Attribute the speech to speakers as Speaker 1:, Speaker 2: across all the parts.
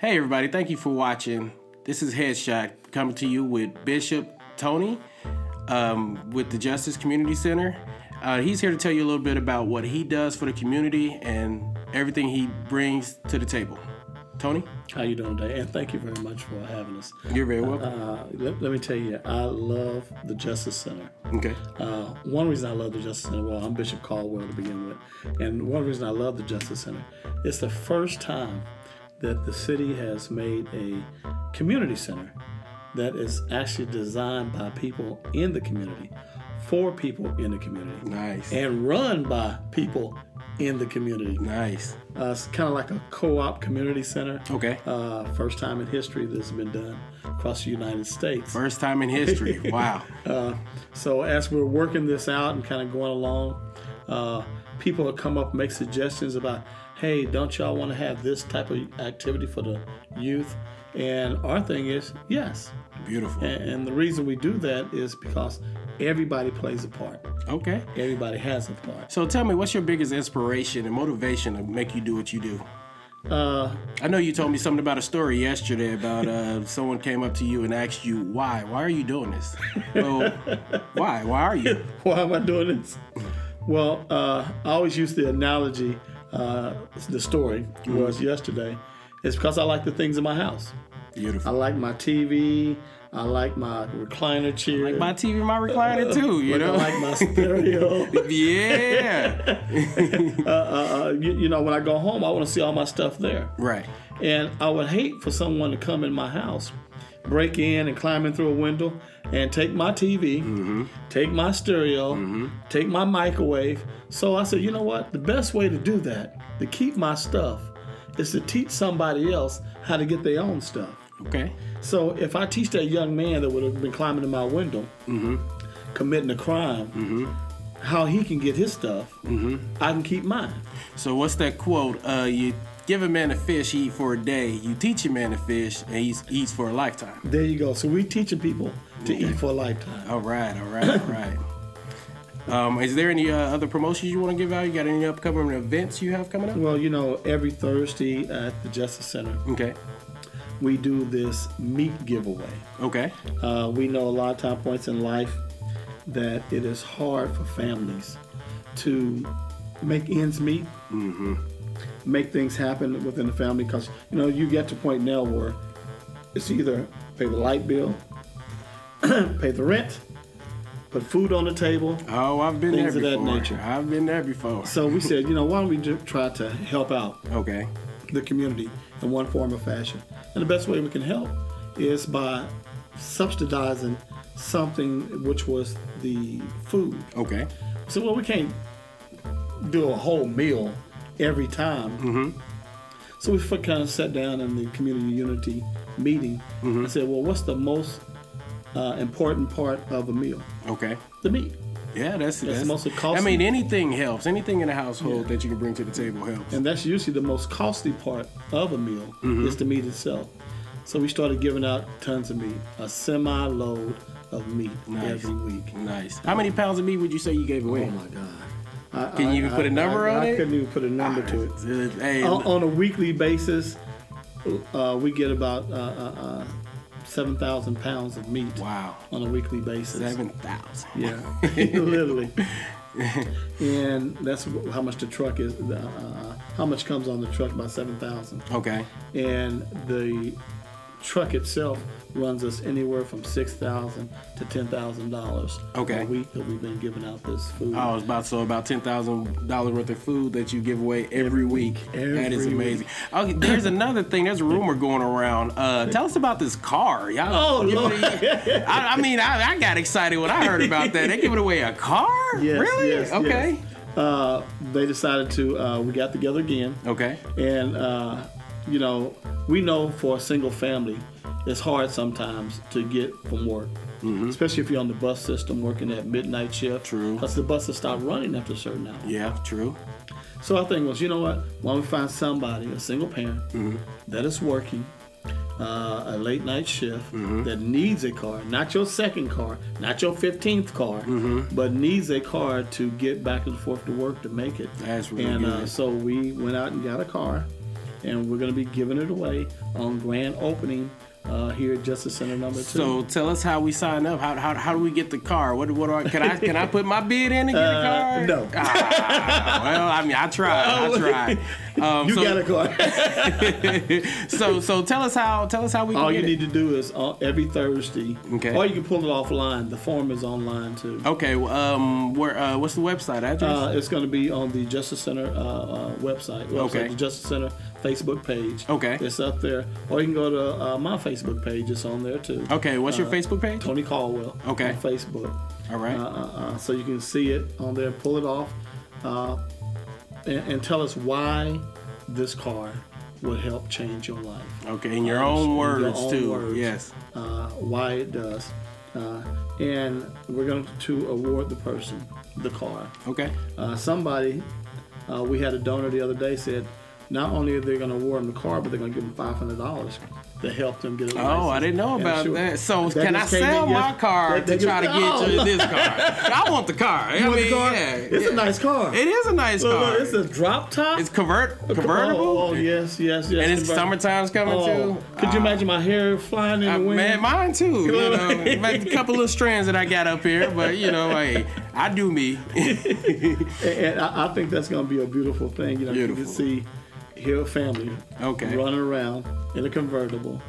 Speaker 1: Hey, everybody, thank you for watching. This is Headshot coming to you with Bishop Tony um, with the Justice Community Center. Uh, he's here to tell you a little bit about what he does for the community and everything he brings to the table. Tony,
Speaker 2: How you doing today? And thank you very much for having us.
Speaker 1: you're very welcome.
Speaker 2: Uh, let, let me tell you, I love the Justice Center.
Speaker 1: Okay.
Speaker 2: Uh, one reason I love the Justice Center, well, I'm Bishop Caldwell to begin with, and one reason I love the Justice Center, it's the first time that the city has made a community center that is actually designed by people in the community, for people in the community,
Speaker 1: Nice.
Speaker 2: and run by people in the community.
Speaker 1: Nice.
Speaker 2: Uh, it's kind of like a co-op community center.
Speaker 1: Okay.
Speaker 2: Uh, first time in history this has been done across the United States.
Speaker 1: First time in history. Wow.
Speaker 2: So as we're working this out and kind of going along, uh, people will come up and make suggestions about, hey, don't y'all want to have this type of activity for the youth? And our thing is, yes.
Speaker 1: Beautiful.
Speaker 2: And, and the reason we do that is because everybody plays a part.
Speaker 1: Okay.
Speaker 2: Everybody has a part.
Speaker 1: So tell me, what's your biggest inspiration and motivation to make you do what you do?
Speaker 2: Uh,
Speaker 1: I know you told me something about a story yesterday about uh, someone came up to you and asked you why. Why are you doing this? Well, why? Why are you?
Speaker 2: Why am I doing this? Well, uh, I always use the analogy, uh, the story
Speaker 1: Mm-hmm.
Speaker 2: was yesterday. It's because I like the things in my house. I
Speaker 1: Beautiful.
Speaker 2: like my TV. I like my recliner chair.
Speaker 1: My TV, my recliner too. You
Speaker 2: Like,
Speaker 1: know.
Speaker 2: I like my stereo.
Speaker 1: yeah.
Speaker 2: uh, you, you know, when I go home, I want to see all my stuff there.
Speaker 1: Right.
Speaker 2: And I would hate for someone to come in my house, break in and climb in through a window and take my TV, take my stereo, take my microwave. So I said, you know what? The best way to do that, to keep my stuff, is to teach somebody else how to get their own stuff.
Speaker 1: Okay.
Speaker 2: So if I teach that young man that would have been climbing in my window, committing a crime, how he can get his stuff, I can keep mine.
Speaker 1: So what's that quote? Uh, you give a man a fish, he eat for a day. You teach a man a fish, and he eats for a lifetime.
Speaker 2: There you go. So we teaching people to eat for a lifetime.
Speaker 1: All right. All right. All right. Um, is there any uh, other promotions you want to give out? You got any upcoming events you have coming up?
Speaker 2: Well, you know, every Thursday at the Justice Center,
Speaker 1: Okay.
Speaker 2: we do this meat giveaway.
Speaker 1: Okay.
Speaker 2: Uh, we know a lot of time points in life that it is hard for families to make ends meet, make things happen within the family because you know you get to a point now where it's either pay the light bill, pay the rent, put food on the table.
Speaker 1: Oh, I've been
Speaker 2: Things
Speaker 1: there
Speaker 2: of that
Speaker 1: before.
Speaker 2: nature.
Speaker 1: I've been there before.
Speaker 2: So we said, you know, why don't we ju- try to help out
Speaker 1: Okay.
Speaker 2: the community in one form or fashion. And the best way we can help is by subsidizing something which was the food.
Speaker 1: Okay.
Speaker 2: So, well, we can't do a whole meal every time. So we f- kind of sat down in the community unity meeting and said, well, what's the most uh, important part of a meal?
Speaker 1: Okay.
Speaker 2: The meat.
Speaker 1: Yeah, that's that's,
Speaker 2: mostly
Speaker 1: I
Speaker 2: costly.
Speaker 1: mean, anything helps. Anything in the household that you can bring to the table helps.
Speaker 2: And that's usually the most costly part of a meal
Speaker 1: Mm-hmm.
Speaker 2: is the meat itself. So we started giving out tons of meat, a semi load of meat
Speaker 1: Nice.
Speaker 2: every week.
Speaker 1: nice. How many pounds of meat would you say you gave away?
Speaker 2: Oh my God. I,
Speaker 1: Can you even put a number
Speaker 2: I,
Speaker 1: on
Speaker 2: I
Speaker 1: it?
Speaker 2: couldn't even put a number to it. Oh,
Speaker 1: Uh, hey,
Speaker 2: On, on a weekly basis, uh, we get about uh, uh, uh, 7,000 pounds of meat
Speaker 1: wow,
Speaker 2: on a weekly basis.
Speaker 1: seven thousand.
Speaker 2: Yeah, literally. and that's wh- how much the truck is, uh, uh, how much comes on the truck, about 7,000.
Speaker 1: Okay.
Speaker 2: and the truck itself runs us anywhere from six thousand to ten thousand dollars
Speaker 1: Okay.
Speaker 2: a week that we've been giving out this food.
Speaker 1: Oh, it's about so about ten thousand dollars worth of food that you give away every week. that is
Speaker 2: Every
Speaker 1: amazing. Okay, there's another thing. There's a rumor going around. Uh, tell us about this car, y'all.
Speaker 2: Oh,
Speaker 1: you-
Speaker 2: Lord.
Speaker 1: I, I mean, I, I got excited when I heard about that. They giving away a car?
Speaker 2: Yes,
Speaker 1: really?
Speaker 2: yes,
Speaker 1: okay.
Speaker 2: yes. Uh, they decided to. Uh, we got together again,
Speaker 1: Okay.
Speaker 2: and uh, you know, we know for a single family, it's hard sometimes to get from work. Especially if you're on the bus system working at midnight shift.
Speaker 1: Mm-hmm. True.
Speaker 2: Because the buses stop running after a certain hour.
Speaker 1: Yeah. True.
Speaker 2: So our thing was, you know what? Why don't we find somebody, a single parent,
Speaker 1: Mm-hmm.
Speaker 2: that is working uh, a late night shift
Speaker 1: Mm-hmm.
Speaker 2: that needs a car, not your second car, not your fifteenth car,
Speaker 1: Mm-hmm.
Speaker 2: but needs a car to get back and forth to work to make it.
Speaker 1: That's really
Speaker 2: and
Speaker 1: good.
Speaker 2: Uh, so we went out and got a car, and we're going to be giving it away on grand opening uh, here at Justice Center number two.
Speaker 1: So tell us how we sign up. How, how, how do we get the car? What what do I can I can I put my bid in and get a car?
Speaker 2: Uh, no. Oh.
Speaker 1: Ah, well, I mean, I tried. I tried. Um,
Speaker 2: you
Speaker 1: so,
Speaker 2: got a card.
Speaker 1: so so tell us how tell us how we can
Speaker 2: All
Speaker 1: get
Speaker 2: you
Speaker 1: it.
Speaker 2: need to do is uh, every Thursday,
Speaker 1: Okay.
Speaker 2: or you can pull it offline. The form is online too.
Speaker 1: Okay. well, Um. Where? Uh, what's the website address?
Speaker 2: Uh, it's going to be on the Justice Center uh, uh, website, website,
Speaker 1: Okay.
Speaker 2: the Justice Center Facebook page.
Speaker 1: Okay.
Speaker 2: it's up there, or you can go to uh, my Facebook page. It's on there too.
Speaker 1: okay. What's your
Speaker 2: uh,
Speaker 1: Facebook page?
Speaker 2: Tony Caldwell.
Speaker 1: Okay.
Speaker 2: on Facebook.
Speaker 1: All right.
Speaker 2: Uh, uh, uh, so you can see it on there. Pull it off, uh, and, and tell us why this car would help change your life.
Speaker 1: okay. In your own words
Speaker 2: your own
Speaker 1: too.
Speaker 2: words.
Speaker 1: Yes.
Speaker 2: uh, why it does. Uh, and we're going to award the person the car.
Speaker 1: Okay.
Speaker 2: Uh, somebody, uh, we had a donor the other day said, not only are they going to award them the car, but they're going to give them five hundred dollars to help them get a license.
Speaker 1: Oh, I didn't know
Speaker 2: And
Speaker 1: about
Speaker 2: sure-
Speaker 1: that. So
Speaker 2: that
Speaker 1: can I
Speaker 2: just came
Speaker 1: sell
Speaker 2: in yes-
Speaker 1: my car
Speaker 2: that- that
Speaker 1: to try to
Speaker 2: just-
Speaker 1: get you
Speaker 2: Oh,
Speaker 1: this car? I want the car. I
Speaker 2: you want the
Speaker 1: mean,
Speaker 2: car?
Speaker 1: yeah,
Speaker 2: it's
Speaker 1: yeah.
Speaker 2: a nice car.
Speaker 1: It is a nice
Speaker 2: Look,
Speaker 1: car.
Speaker 2: look, it's a drop top.
Speaker 1: It's convert convertible.
Speaker 2: Oh, oh, yes, yes, yes.
Speaker 1: And it's
Speaker 2: convertible.
Speaker 1: summertime's coming
Speaker 2: Oh,
Speaker 1: too.
Speaker 2: could you
Speaker 1: Ah.
Speaker 2: imagine my hair flying in
Speaker 1: I-
Speaker 2: the wind?
Speaker 1: man, mine too. You
Speaker 2: on.
Speaker 1: know, Like, a couple little strands that I got up here, but you know, hey, I do me.
Speaker 2: And, and I, I think that's going to be a beautiful thing. You know, you
Speaker 1: Beautiful.
Speaker 2: can see Hill family
Speaker 1: Okay.
Speaker 2: running around in a convertible,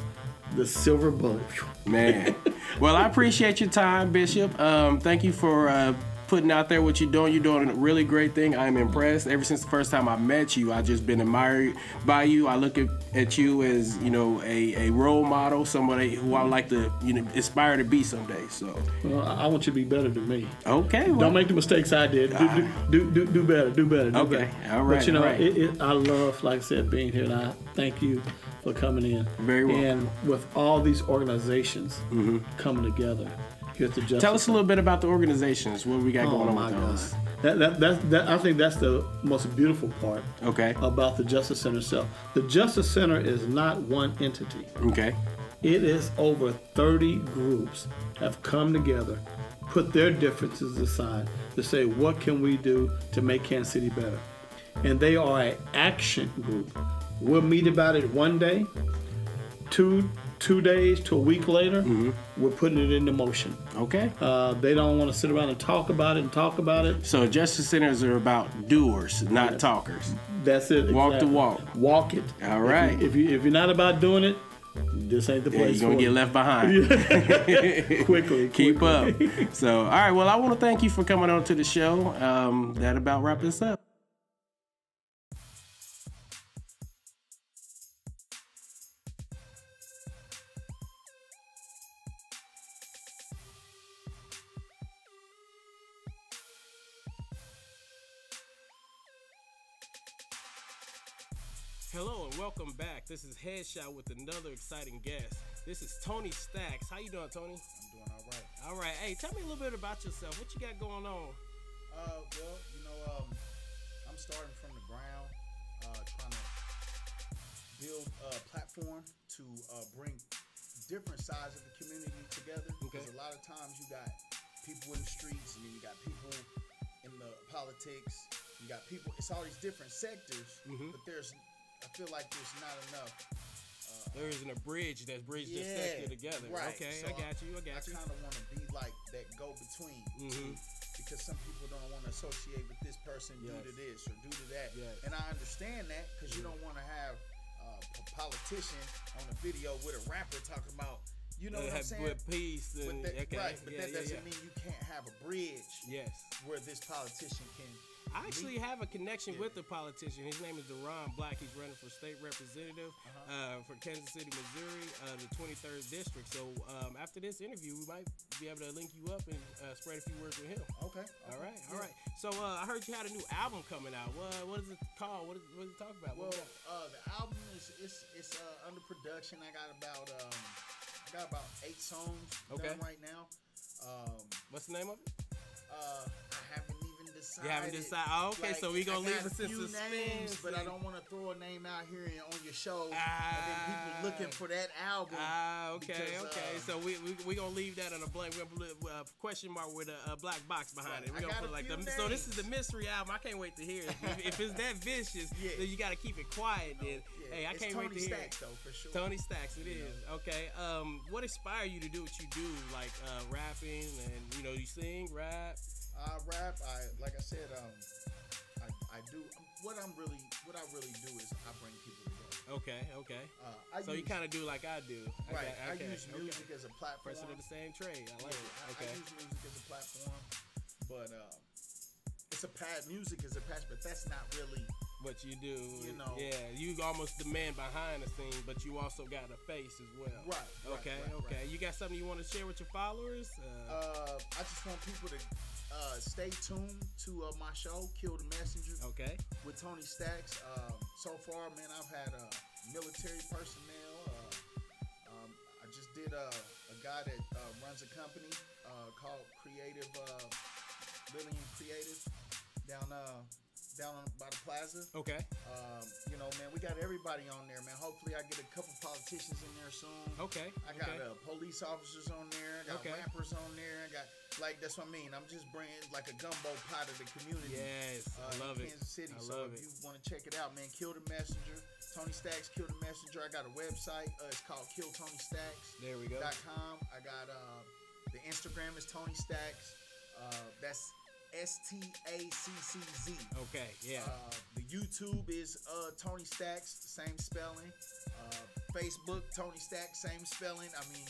Speaker 2: the silver bullet. Phew.
Speaker 1: Man. Well, I appreciate your time, Bishop. Um, thank you for uh, putting out there what you're doing. You're doing a really great thing. I'm impressed. Ever since the first time I met you, I've just been admired by you. I look at, at you as, you know, a, a role model, somebody who I would like to, you know, aspire to be someday. So,
Speaker 2: Well, I, I want you to be better than me.
Speaker 1: okay. Well,
Speaker 2: Don't make the mistakes I did. Do, do, do, do, do better. Do better. Do
Speaker 1: Okay.
Speaker 2: Better.
Speaker 1: All right,
Speaker 2: But you know,
Speaker 1: all right.
Speaker 2: it, it, I love, like I said, being here, and I thank you for coming in.
Speaker 1: Very well. Mm-hmm.
Speaker 2: And with all these organizations coming together here at the Justice
Speaker 1: tell us a little bit about the organizations. What we got going
Speaker 2: Oh
Speaker 1: on
Speaker 2: my
Speaker 1: with
Speaker 2: God.
Speaker 1: those.
Speaker 2: That, that, that, that, I think that's the most beautiful part
Speaker 1: Okay.
Speaker 2: about the Justice Center itself. The Justice Center is not one entity.
Speaker 1: Okay.
Speaker 2: It is over 30 groups have come together, put their differences aside to say what can we do to make Kansas City better. And they are an action group. We'll meet about it one day, two two days to a week later,
Speaker 1: Mm-hmm.
Speaker 2: we're putting it into motion.
Speaker 1: Okay.
Speaker 2: Uh, they don't want to sit around and talk about it and talk about it.
Speaker 1: So justice centers are about doers, not talkers.
Speaker 2: That's it.
Speaker 1: Walk the
Speaker 2: exactly.
Speaker 1: walk.
Speaker 2: Walk it.
Speaker 1: All right.
Speaker 2: If, you, if you if you're not about doing it, this ain't the
Speaker 1: Yeah,
Speaker 2: place
Speaker 1: you're gonna
Speaker 2: for
Speaker 1: get
Speaker 2: you.
Speaker 1: left behind.
Speaker 2: quickly.
Speaker 1: Keep
Speaker 2: quickly.
Speaker 1: up. So, all right. Well, I want to thank you for coming on to the show. Um, that about wraps us up. Hello and welcome back. This is Headshot with another exciting guest. This is Tony Stacks. How you doing, Tony?
Speaker 3: I'm doing all right.
Speaker 1: All right. Hey, tell me a little bit about yourself. What you got going on?
Speaker 3: Uh, well, you know, um, I'm starting from the ground, uh, trying to build a platform to uh, bring different sides of the community together. Because
Speaker 1: Okay.
Speaker 3: a lot of times you got people in the streets, and then you got people in the politics. You got people. It's all these different sectors,
Speaker 1: Mhm.
Speaker 3: but there's. I feel like there's not enough.
Speaker 1: There isn't a bridge that's bridged this
Speaker 3: Yeah,
Speaker 1: sector together. uh,
Speaker 3: right.
Speaker 1: Okay,
Speaker 3: So
Speaker 1: I got you. I
Speaker 3: I
Speaker 1: got you.
Speaker 3: kind of want to be like that go between
Speaker 1: Mhm.
Speaker 3: because some people don't want to associate with this person
Speaker 1: Yes.
Speaker 3: due to this or due to that.
Speaker 1: Yes. Mm-hmm.
Speaker 3: And I understand that because you don't want to have uh, a politician on a video with a rapper talking about, you know
Speaker 1: Uh,
Speaker 3: what I'm
Speaker 1: have
Speaker 3: saying?
Speaker 1: good peace
Speaker 3: But
Speaker 1: and
Speaker 3: that-
Speaker 1: okay,
Speaker 3: right, but
Speaker 1: yeah,
Speaker 3: that
Speaker 1: yeah,
Speaker 3: doesn't
Speaker 1: yeah.
Speaker 3: mean you can't have a bridge
Speaker 1: Yes.
Speaker 3: where this politician can.
Speaker 1: I actually have a connection with the politician. His name is Deron Black. He's running for state representative
Speaker 3: Uh-huh.
Speaker 1: uh for Kansas City, Missouri, uh, the 23rd district. So um, after this interview, we might be able to link you up and uh, spread a few words with him.
Speaker 3: Okay.
Speaker 1: All right, all
Speaker 3: yeah.
Speaker 1: right. So uh, I heard you had a new album coming out. What, what is it called? What is, what is it talk about? What
Speaker 3: Well,
Speaker 1: is it?
Speaker 3: uh, the album is it's it's uh, under production. I got about um, I got about eight songs
Speaker 1: Okay.
Speaker 3: done right now. Um,
Speaker 1: what's the name of it?
Speaker 3: uh, I haven't even decided.
Speaker 1: You haven't decided. Oh, okay,
Speaker 3: Like,
Speaker 1: so we
Speaker 3: I
Speaker 1: gonna
Speaker 3: got
Speaker 1: leave
Speaker 3: a
Speaker 1: us in
Speaker 3: few
Speaker 1: suspense.
Speaker 3: names, but I
Speaker 1: and-
Speaker 3: don't want to throw a name out here and on your show, and then people looking for that album.
Speaker 1: Ah, okay,
Speaker 3: because,
Speaker 1: okay.
Speaker 3: uh,
Speaker 1: so we we we gonna leave that on a blank. We're gonna put a uh, question mark with a, a black box behind it.
Speaker 3: I
Speaker 1: We're gonna
Speaker 3: got
Speaker 1: put
Speaker 3: a
Speaker 1: like
Speaker 3: few
Speaker 1: the so this is
Speaker 3: names.
Speaker 1: the mystery album. I can't wait to hear it. If, if it's that vicious,
Speaker 3: Yeah. Oh,
Speaker 1: then you gotta keep it quiet. Then
Speaker 3: yeah,
Speaker 1: hey, I
Speaker 3: it's
Speaker 1: can't
Speaker 3: Tony
Speaker 1: wait to hear
Speaker 3: Stack,
Speaker 1: it.
Speaker 3: though, for sure.
Speaker 1: Tony Stacks, it is okay. Um, what inspired you to do what you do, like uh, rapping and you know you sing, rap?
Speaker 3: I rap. I like I said. Um, I, I do what I'm really what I really do is I bring people together.
Speaker 1: Okay, okay.
Speaker 3: Uh, I
Speaker 1: So
Speaker 3: use,
Speaker 1: you kind of do like I do, I
Speaker 3: right.
Speaker 1: got-
Speaker 3: I
Speaker 1: okay,
Speaker 3: use
Speaker 1: okay.
Speaker 3: music as a platform.
Speaker 1: Person of the same trade. I like
Speaker 3: I,
Speaker 1: it. Okay.
Speaker 3: I use music as a platform, but um, it's a pad. Music is a passion, but that's not really.
Speaker 1: what you do.
Speaker 3: You know.
Speaker 1: Yeah, you almost the man behind the scene, but you also got a face as well.
Speaker 3: Right, right,
Speaker 1: Okay.
Speaker 3: right,
Speaker 1: okay.
Speaker 3: right.
Speaker 1: You got something you want to share with your followers? Uh,
Speaker 3: Uh, I just want people to uh, stay tuned to uh, my show, Kill the Messenger,
Speaker 1: okay.
Speaker 3: with Tony Stacks. Um, so far, man, I've had uh, military personnel. Uh, um, I just did uh, a guy that uh, runs a company uh, called Creative uh, Lillian Creative down uh, down on- by the plaza.
Speaker 1: Okay.
Speaker 3: Um, you know, man, we got everybody on there, man. Hopefully, I get a couple politicians in there soon.
Speaker 1: Okay.
Speaker 3: I got
Speaker 1: Oh, okay.
Speaker 3: uh, police officers on there. I got
Speaker 1: Okay.
Speaker 3: rappers on there. I got like that's what I mean. I'm just bringing like a gumbo pot of the community.
Speaker 1: Yes,
Speaker 3: uh,
Speaker 1: I
Speaker 3: in
Speaker 1: love it.
Speaker 3: Kansas City.
Speaker 1: I
Speaker 3: so
Speaker 1: love
Speaker 3: if
Speaker 1: it.
Speaker 3: you want to check it out, man, Kill the Messenger. Tony Stacks, Kill the Messenger. I got a website. Uh, it's called KillTonyStacks.com.
Speaker 1: There we go.
Speaker 3: I got uh, the Instagram is Tony Stacks. Uh, that's S T A C C Z.
Speaker 1: Okay. Oh, Yeah.
Speaker 3: Uh, the YouTube is uh, Tony Stacks, same spelling. Uh, Facebook, Tony Stacks, same spelling. I mean,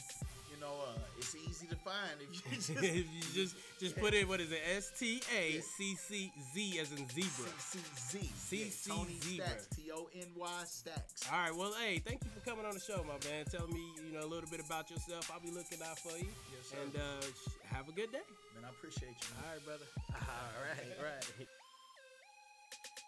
Speaker 3: you know, uh, it's easy to find if you just
Speaker 1: if you just just put in what is it? S T A C C Z as in zebra.
Speaker 3: CCZ.
Speaker 1: CCZ,
Speaker 3: Yeah, Tony Stacks,
Speaker 1: bruh.
Speaker 3: T O N Y Stacks.
Speaker 1: All right, well, hey, thank you for coming on the show, my man. Tell me, you know, a little bit about yourself. I'll be looking out for you.
Speaker 3: Yes, sir.
Speaker 1: And uh, sh- have a good day.
Speaker 3: Man, I appreciate you.
Speaker 1: All right, brother.
Speaker 3: All right, right.